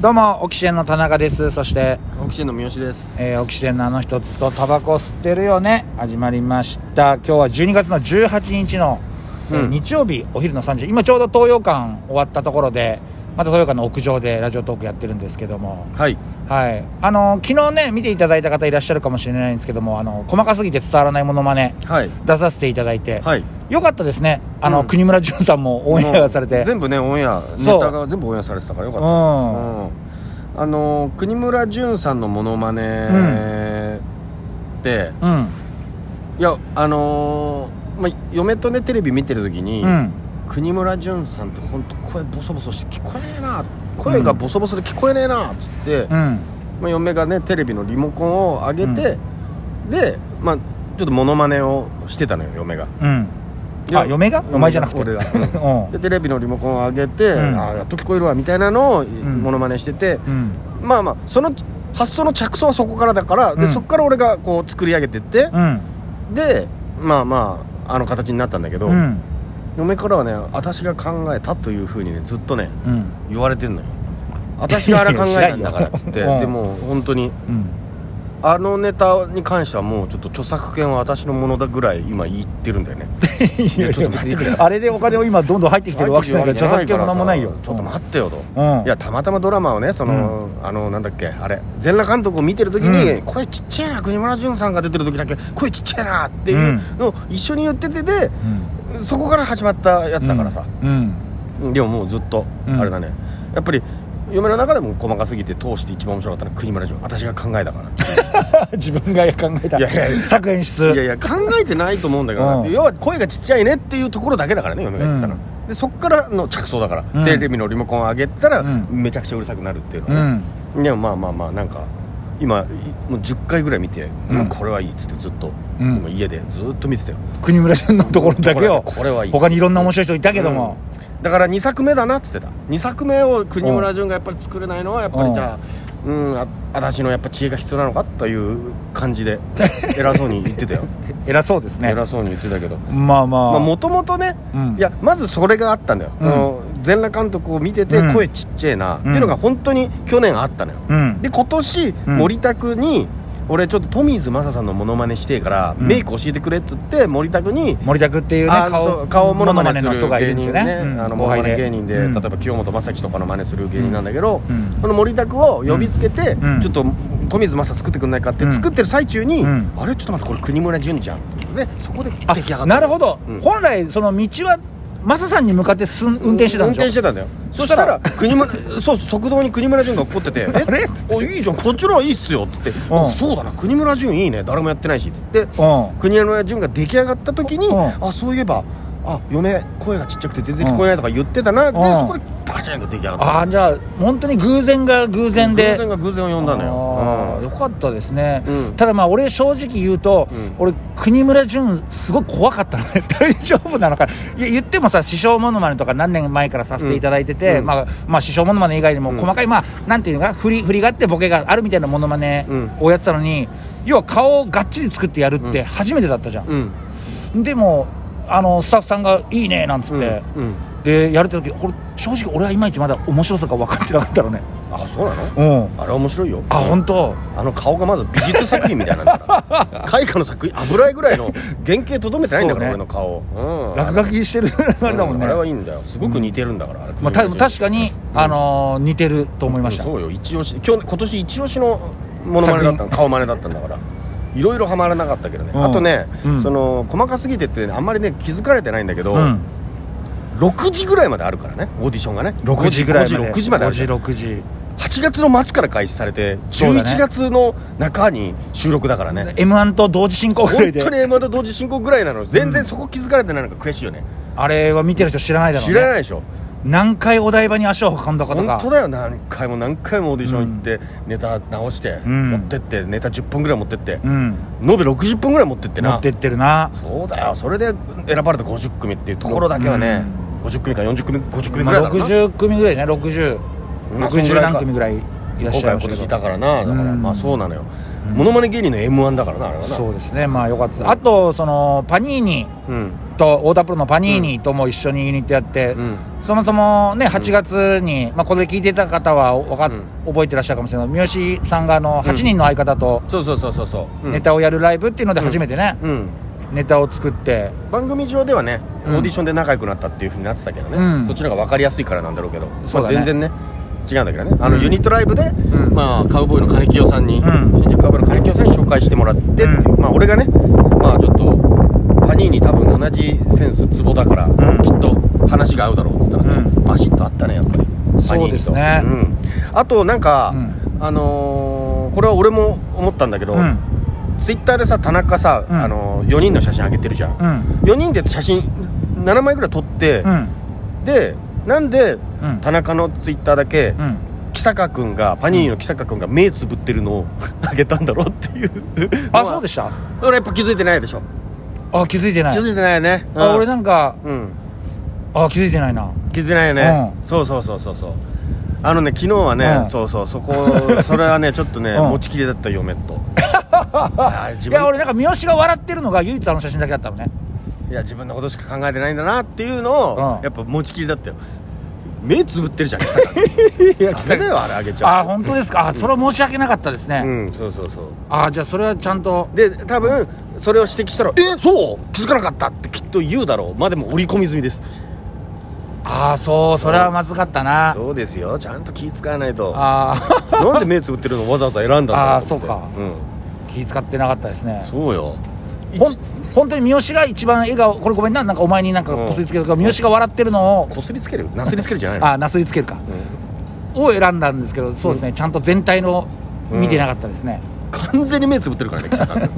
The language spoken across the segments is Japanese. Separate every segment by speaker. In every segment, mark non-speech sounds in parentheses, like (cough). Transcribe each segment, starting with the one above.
Speaker 1: どうもオキシエンの田中ですそして、
Speaker 2: オキシエンの三好です
Speaker 1: えーオキシエンのあの一つとタバコ吸ってるよね始まりました今日は12月の18日の、えー
Speaker 2: うん
Speaker 1: 日曜日お昼の3時今ちょうど東洋館終わったところでまた東洋館の屋上でラジオトークやってるんですけども
Speaker 2: はい
Speaker 1: はいあの昨日ね見ていただいた方いらっしゃるかもしれないんですけどもあの細かすぎて伝わらないものまね
Speaker 2: はい
Speaker 1: 出させていただいて、
Speaker 2: はい
Speaker 1: よかったですねあの、
Speaker 2: うん
Speaker 1: 国村淳さんもオンエアされ
Speaker 2: も
Speaker 1: て
Speaker 2: う全部ねオンエアネ
Speaker 1: そう
Speaker 2: タが全部オンエアされてたからよか
Speaker 1: う
Speaker 2: ったうん
Speaker 1: ん、
Speaker 2: あのー国村淳さんのモノマネって、
Speaker 1: うん
Speaker 2: いやあのーまあ、嫁とねテレビ見てる時に、
Speaker 1: うん
Speaker 2: 国村淳さんって本当声ボソボソして聞こえねえな声がボソボソで聞こえねえなっつって、
Speaker 1: うん
Speaker 2: まあ、嫁がねテレビのリモコンを上げて、でまあちょっとモノマネをしてたのよ嫁が
Speaker 1: うん
Speaker 2: いや
Speaker 1: あ嫁がお前じゃなくて
Speaker 2: 俺が
Speaker 1: うん
Speaker 2: でテレビのリモコンを上げて、
Speaker 1: うん
Speaker 2: あーやっと聞こえるわみたいなのを
Speaker 1: ん
Speaker 2: モノマネしてて、 (laughs)
Speaker 1: うん
Speaker 2: まあまあその発想の着想はそこからだから、
Speaker 1: う
Speaker 2: で
Speaker 1: ん
Speaker 2: そこから俺がこう作り上げてって
Speaker 1: う、ん
Speaker 2: でまあまああの形になったんだけど、
Speaker 1: うん
Speaker 2: 嫁からはね私が考えたというふうにねずっとね
Speaker 1: うん
Speaker 2: 言われてんのよ私があれ考えたんだからっつって、
Speaker 1: うん
Speaker 2: でも本当に
Speaker 1: うん
Speaker 2: あのネタに関してはもうちょっと著作権は私のものだぐらい今言ってるんだよねいやちょっと待ってくれ
Speaker 1: あれでお金を今どんどん入ってきてるわけだから著作権もなんもないよ
Speaker 2: ちょっと待ってよと、
Speaker 1: うん
Speaker 2: いやたまたまドラマをねその、あのなんだっけあれ全裸監督を見てる時に、
Speaker 1: う
Speaker 2: 声ちっちゃいな国村淳さんが出てる時だけ声ちっちゃいなっていうのを一緒に言っててで
Speaker 1: うん
Speaker 2: そこから始まったやつだからさ、 (laughs)
Speaker 1: うん
Speaker 2: でももうずっと
Speaker 1: うん
Speaker 2: あれだね、やっぱり嫁の中でも細かすぎて通して一番面白かったのは国村淳私が考えたからって
Speaker 1: 自分が考えた
Speaker 2: いやいやいや
Speaker 1: 作演出
Speaker 2: いやいや考えてないと思うんだけどな、
Speaker 1: うん
Speaker 2: 要は声がちっちゃいねっていうところだけだからね嫁が言ってたの、でそっからの着想だから、
Speaker 1: うん
Speaker 2: テレビのリモコンを上げたら、
Speaker 1: うん
Speaker 2: めちゃくちゃうるさくなるっていうの
Speaker 1: う
Speaker 2: はね、
Speaker 1: ん
Speaker 2: でもまあまあまあなんか今いもう10回ぐらい見て、
Speaker 1: うん
Speaker 2: うんこれはいいっつってずっと、
Speaker 1: うん
Speaker 2: 今家でずっと見てたよ
Speaker 1: 国村さんのところだけを
Speaker 2: これこれはいい
Speaker 1: 他にいろんな面白い人いたけども
Speaker 2: うんだから2作目だなっつってた2作目を国村淳がやっぱり作れないのはやっぱ
Speaker 1: う
Speaker 2: り
Speaker 1: ん
Speaker 2: じゃあうんあ私のやっぱ知恵が必要なのかという感
Speaker 1: (laughs)
Speaker 2: じで偉そうに言ってたよ、
Speaker 1: 偉そうですね
Speaker 2: 偉そうに言ってたけど
Speaker 1: まあま
Speaker 2: まあ
Speaker 1: あ
Speaker 2: もともとね、
Speaker 1: うん
Speaker 2: いやまずそれがあったんだよ、
Speaker 1: うん
Speaker 2: この全裸監督を見てて
Speaker 1: うん
Speaker 2: 声ちっちゃいな、っていうのが本当に去年あったのよ、
Speaker 1: うん
Speaker 2: で今年、
Speaker 1: ん
Speaker 2: 森田君に俺ちょっとトミーズマサさんのモノマネしてえから、
Speaker 1: うん
Speaker 2: メイク教えてくれっつって森田君に、
Speaker 1: 森田君っていうね
Speaker 2: あそ
Speaker 1: 顔
Speaker 2: う顔モノマネす
Speaker 1: モ
Speaker 2: る
Speaker 1: の人がいる
Speaker 2: 芸
Speaker 1: んです
Speaker 2: 人
Speaker 1: よ
Speaker 2: ね
Speaker 1: ねうん
Speaker 2: あのモ
Speaker 1: 後
Speaker 2: ノ
Speaker 1: 輩
Speaker 2: マネ芸人で、
Speaker 1: うん
Speaker 2: 例えば清本正樹とかの真似する芸人なんだけど、
Speaker 1: うん
Speaker 2: その森田君を呼びつけて、
Speaker 1: うん
Speaker 2: ちょっとトミーズマサ作ってくんないかって、
Speaker 1: うん
Speaker 2: 作ってる最中に、
Speaker 1: うん
Speaker 2: あれちょっと待ってこれ国村淳じゃんってことでそこで出来上が
Speaker 1: あ
Speaker 2: った
Speaker 1: なるほど、
Speaker 2: うん
Speaker 1: 本来その道はマサさんに向かってすん運転してたんでしょ
Speaker 2: 運転してたんだよそしたら国村そう側道に国村淳が怒って
Speaker 1: (laughs)
Speaker 2: て「え
Speaker 1: れ
Speaker 2: おいいじゃんこっちの方がいいっすよ」って言って「
Speaker 1: うん
Speaker 2: そうだな国村淳いいね誰もやってないし」って言って
Speaker 1: う
Speaker 2: 国村淳が出来上がった時に「
Speaker 1: うん
Speaker 2: あそういえばあ嫁声がちっちゃくて全然聞こえない」とか言ってたな、
Speaker 1: う
Speaker 2: で
Speaker 1: ん
Speaker 2: そこでバシャンと出来上がった
Speaker 1: ああじゃあ本当に偶然が偶然で
Speaker 2: 偶然が偶然を呼んだの
Speaker 1: あー
Speaker 2: よ、
Speaker 1: よかったですね、
Speaker 2: うん
Speaker 1: ただまあ俺正直言うと、
Speaker 2: うん
Speaker 1: 俺国村淳すごい怖かったの (laughs) ね大丈夫なのかいや言ってもさ師匠ものまねとか何年前からさせていただいてて、
Speaker 2: うん
Speaker 1: まあ、まあ師匠ものまね以外にも
Speaker 2: うん
Speaker 1: 細かい、まあなんていうのか振り振りがあってボケがあるみたいなものまね
Speaker 2: うん
Speaker 1: をやってたのに、要は顔をがっちり作ってやるって
Speaker 2: うん
Speaker 1: 初めてだったじゃん、
Speaker 2: うんうん
Speaker 1: でもあのスタッフさんが「いいね」なんつって、
Speaker 2: うんうん
Speaker 1: でやるって時これ正直俺はいまいちまだ面白さが分かってなかったのね
Speaker 2: あそうなの
Speaker 1: うん
Speaker 2: あれ面白いよ
Speaker 1: あ本当。
Speaker 2: あの顔がまず美術作品みたいなん
Speaker 1: (laughs)
Speaker 2: だから絵画の作品油絵ぐらいの原型とどめてないんだから、
Speaker 1: そうね
Speaker 2: 俺の顔、うん、
Speaker 1: 落書きしてる (laughs) あれだもんね、
Speaker 2: うあれはいいんだよすごく似てるんだから、あれ
Speaker 1: まあ、た確かに、
Speaker 2: うん
Speaker 1: あのー似てると思いました、
Speaker 2: うんそうよ一押し今日今年一押しのモノマネだったの顔マネだったんだからいろいろはまらなかったけどね、
Speaker 1: うん
Speaker 2: あとね、
Speaker 1: うん
Speaker 2: その細かすぎてってねあんまりね気づかれてないんだけど、
Speaker 1: うん、
Speaker 2: 6時ぐらいまであるからねオーディションがね
Speaker 1: 6時ぐらいまで
Speaker 2: 5時6時まであ
Speaker 1: 5
Speaker 2: る
Speaker 1: 時6時
Speaker 2: 8月の末から開始されて
Speaker 1: そうだね
Speaker 2: 11月の中に収録だからね
Speaker 1: m 1と同時進行ぐらい
Speaker 2: 本
Speaker 1: で
Speaker 2: 当に M−1 と同時進行ぐらいなの全然そこ気づかれてないのが悔しいよね
Speaker 1: あれは見てる人知らないだろう、
Speaker 2: 知
Speaker 1: ね、
Speaker 2: らないでしょ
Speaker 1: 何回お台場に足を運んだかとか
Speaker 2: 本当だよ何回も何回もオーディション行ってネタ直して
Speaker 1: うん
Speaker 2: 持ってってネタ10本ぐらい持ってって
Speaker 1: うん
Speaker 2: 延べ60本ぐらい持ってって
Speaker 1: 持
Speaker 2: な
Speaker 1: ってってるな
Speaker 2: そうだよそれで選ばれた50組っていうところだけはね50組か40組50組ぐらいだろう
Speaker 1: まあ
Speaker 2: な
Speaker 1: 60組ぐらいじゃない6060
Speaker 2: まあそんぐらいか
Speaker 1: 何組ぐらいいらっ
Speaker 2: 今
Speaker 1: しゃい
Speaker 2: 回
Speaker 1: ま
Speaker 2: 今年
Speaker 1: した
Speaker 2: いた
Speaker 1: け
Speaker 2: からなだから
Speaker 1: うん
Speaker 2: まあそうなのよモノマネ芸人の m 1だからなあれ
Speaker 1: ど
Speaker 2: はな
Speaker 1: そうですねまあよかったですあとそのパニーニ
Speaker 2: うん
Speaker 1: と太田プロのパニーニとも一緒にユニットやって、
Speaker 2: うん
Speaker 1: そもそもね8月に、まあ、これ聞いてた方はわか、
Speaker 2: うん
Speaker 1: 覚えてらっしゃるかもしれない三好さんがあの8人の相方と
Speaker 2: そうそうそうそうそう、うん
Speaker 1: ネタをやるライブっていうので初めてね、
Speaker 2: うん
Speaker 1: ネタを作って
Speaker 2: 番組上ではね、
Speaker 1: うん
Speaker 2: オーディションで仲良くなったっていうふうになってたけどね、
Speaker 1: うん
Speaker 2: そっちの方が分かりやすいからなんだろうけど、
Speaker 1: そうだね
Speaker 2: まあ、全然ね違うんだけどねあの、
Speaker 1: うん
Speaker 2: ユニットライブで、
Speaker 1: ん
Speaker 2: まあ、カウボーイの金清さんに、
Speaker 1: ん
Speaker 2: 新宿カウボーイの金清さんに紹介してもらってっていう、
Speaker 1: う
Speaker 2: まあ俺がねまあちょっとパニーに多分同じセンスツボだから、
Speaker 1: ん
Speaker 2: きっと話が合うだろうって言ったらね、
Speaker 1: う
Speaker 2: バシッとあったねやっぱり
Speaker 1: そうですね
Speaker 2: パニーニとうん、あとなんか、
Speaker 1: うん
Speaker 2: あのーこれは俺も思ったんだけど、
Speaker 1: うん
Speaker 2: ツイッターでさ田中さ、
Speaker 1: うん
Speaker 2: あの4人の写真上げてるじゃん、
Speaker 1: うん
Speaker 2: 4人で写真7枚ぐらい撮って
Speaker 1: う、ん
Speaker 2: でなんで
Speaker 1: うん
Speaker 2: 田中のツイッターだけ、
Speaker 1: うん
Speaker 2: 木坂君がパニーニの木坂君が目つぶってるのを (laughs) あげたんだろうっていう
Speaker 1: あそうで
Speaker 2: し
Speaker 1: した
Speaker 2: 俺やっぱ気づいてないでしょ、
Speaker 1: あ気づいてない
Speaker 2: 気づいてないよね
Speaker 1: あ俺
Speaker 2: な
Speaker 1: なんか
Speaker 2: うん
Speaker 1: あ気づいてないな
Speaker 2: 気づいてないよね、
Speaker 1: う
Speaker 2: そうそうそうそうそうあのね昨日はね、
Speaker 1: うん
Speaker 2: そうそうそこそれはねちょっとね、
Speaker 1: うん
Speaker 2: 持ちきれだった
Speaker 1: (laughs)
Speaker 2: 嫁とあー自
Speaker 1: い
Speaker 2: 分
Speaker 1: や俺なんか三好が笑ってるのが唯一あの写真だけだったのね
Speaker 2: いや自分のことしか考えてないんだなっていうのを、
Speaker 1: うん
Speaker 2: やっぱ持ちきりだったよ目つぶってるじゃん木
Speaker 1: (laughs)
Speaker 2: 坂君ダメだよあれあげちゃう
Speaker 1: あ本当ですかあそれは申し訳なかったですね、
Speaker 2: うんそうそうそう
Speaker 1: あじゃあそれはちゃんと
Speaker 2: で多分それを指摘したら「えそう気づかなかった」ってきっと言うだろうまあでも織り込み済みです
Speaker 1: ああそうそれはまずかったな
Speaker 2: そうですよちゃんと気使わないと
Speaker 1: あー
Speaker 2: なんで目つぶってるのわざわざ選んだんだろ
Speaker 1: あー
Speaker 2: と思って
Speaker 1: そうか
Speaker 2: うん
Speaker 1: 気遣ってなかったですね
Speaker 2: そうよ一
Speaker 1: ほん本当に三好が一番笑顔これごめんななんかお前になんかこすりつけるから、三好が笑ってるのを
Speaker 2: こすりつけるなすりつけるじゃないの
Speaker 1: あなすりつけるか、を選んだんですけどそうですね、ちゃんと全体の見てなかったですね、
Speaker 2: 完全に目つぶってるからね木坂
Speaker 1: (laughs)
Speaker 2: 君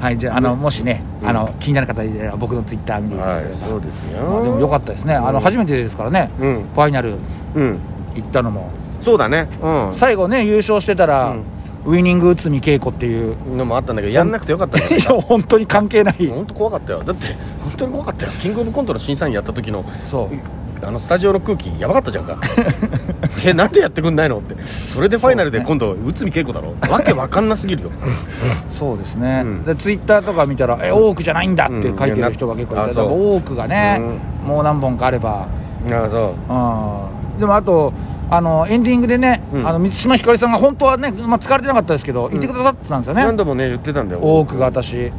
Speaker 1: はいじゃああのもしね、
Speaker 2: うん
Speaker 1: あの気になる方いれば僕のツイッター見ていただ
Speaker 2: は
Speaker 1: けれ
Speaker 2: い
Speaker 1: ば、
Speaker 2: そうですよ、
Speaker 1: まあでもよかったですね、あの
Speaker 2: うん
Speaker 1: 初めてですからね、
Speaker 2: うん
Speaker 1: ファイナル
Speaker 2: うん
Speaker 1: 行ったのも
Speaker 2: そうだねうん
Speaker 1: 最後ね優勝してたら、
Speaker 2: うん
Speaker 1: ウイニング内海恵子っていう
Speaker 2: のもあったんだけどやんなくてよかったね
Speaker 1: いや (laughs) 本当に関係ない、
Speaker 2: 本当怖かったよだって本当に怖かったよキングオブコントの審査員やった時の
Speaker 1: そう
Speaker 2: あのスタジオの空気やばかったじゃん (laughs) かえなんでやってくんないのってそれでファイナルで今度内海恵子だろわけわかんなすぎるよ
Speaker 1: そうですね、
Speaker 2: うん
Speaker 1: でツイッターとか見たら「え多くじゃないんだ」って書いてる人が結構いたり
Speaker 2: うんいやなあそう
Speaker 1: 多くがね、もう何本かあれば、
Speaker 2: (laughs) ああそ
Speaker 1: うん、でもあとあのエンディングでね、
Speaker 2: うん
Speaker 1: あの満島ひかりさんが本当はね、まあ、疲れてなかったですけど、言ってくださってたんですよ
Speaker 2: う何
Speaker 1: ね
Speaker 2: 度もね言ってたんだよ
Speaker 1: 多くが私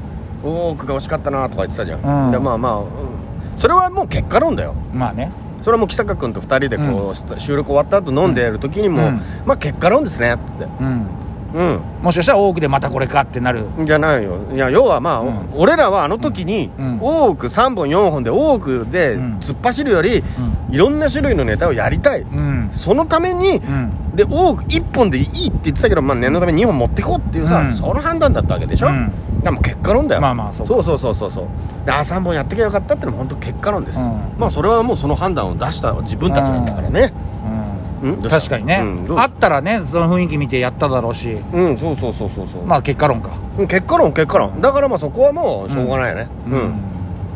Speaker 2: 多くが惜しかったなとか言ってたじゃ
Speaker 1: うん
Speaker 2: ん、でまあまあ、うんそれはもう結果論だよ
Speaker 1: まあね
Speaker 2: それはもう木坂君と2人でこう、した収録終わった後飲んでやる時にも、
Speaker 1: うん
Speaker 2: まあ結果論ですねって
Speaker 1: うん
Speaker 2: うん
Speaker 1: もしかしたら多くでまたこれかってなる
Speaker 2: じゃないよいや要はまあ、
Speaker 1: うん
Speaker 2: 俺らはあの時に、
Speaker 1: うん
Speaker 2: 多く3本4本で多くで
Speaker 1: うん
Speaker 2: 突っ走るより、
Speaker 1: ん
Speaker 2: いろんな種類のネタをやりたい
Speaker 1: うん
Speaker 2: そのために、
Speaker 1: うん
Speaker 2: で多く1本でいいって言ってたけど、まあ、念のため2本持ってこうっていうさ、
Speaker 1: うん
Speaker 2: その判断だったわけでしょ、
Speaker 1: うん
Speaker 2: でもう結果論だよ
Speaker 1: まあまあそうか
Speaker 2: そうそうそうそうそうであ3本やってきゃよかったってのも本当結果論です、
Speaker 1: うん
Speaker 2: まあそれはもうその判断を出した自分たちなんだからね、
Speaker 1: う
Speaker 2: うん
Speaker 1: ん、確かにね、あ
Speaker 2: あ
Speaker 1: ったらねその雰囲気見てやっただろうし
Speaker 2: うんそうそうそうそうそう、
Speaker 1: まあ結果論か
Speaker 2: うん結果論結果論だからまあそこはもうしょうがないよね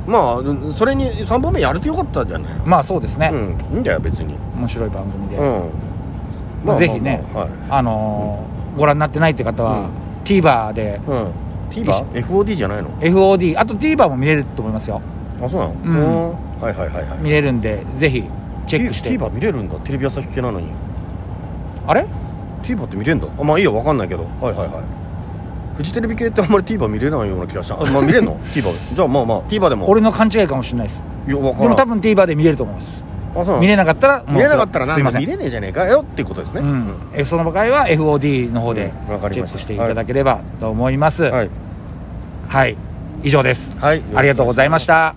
Speaker 2: うんまあうんそれに3本目やれてよかったじゃない
Speaker 1: まあそうですね、
Speaker 2: うんいいんだよ別に
Speaker 1: 面白い番組で、
Speaker 2: うん
Speaker 1: まあぜひね
Speaker 2: はい
Speaker 1: あのーご覧になってないって方は、
Speaker 2: うん
Speaker 1: TVer で
Speaker 2: うん TVerFOD じゃないの
Speaker 1: FOD あと TVer も見れると思いますよ
Speaker 2: あそうなの
Speaker 1: うん
Speaker 2: うんはいはいはいはい
Speaker 1: 見れるんでぜひチェックして
Speaker 2: T- TVer 見れるんだテレビ朝日系なのに
Speaker 1: あれ
Speaker 2: TVer って見れんだあまあいいやわかんないけどはいはいはいフジテレビ系ってあんまり TVer 見れないような気がしたあまあ
Speaker 1: (laughs)
Speaker 2: 見れんの TVer じゃあまあまあ TVer でも
Speaker 1: 俺の勘違いかもしれないです
Speaker 2: いやわか
Speaker 1: でも
Speaker 2: らんあ
Speaker 1: 多分 TVer で見れると思います
Speaker 2: そうなの
Speaker 1: 見れなかったらもう
Speaker 2: 見れなかったらな
Speaker 1: すいません
Speaker 2: 見れねえじゃねえかよっていうことですね
Speaker 1: うんえその場合は FOD の方で
Speaker 2: うんわか
Speaker 1: チ
Speaker 2: り
Speaker 1: ェ
Speaker 2: ま
Speaker 1: ッ
Speaker 2: した
Speaker 1: クしていただければと思います、
Speaker 2: はい
Speaker 1: はい、以上です。
Speaker 2: はい
Speaker 1: ありがとうございました。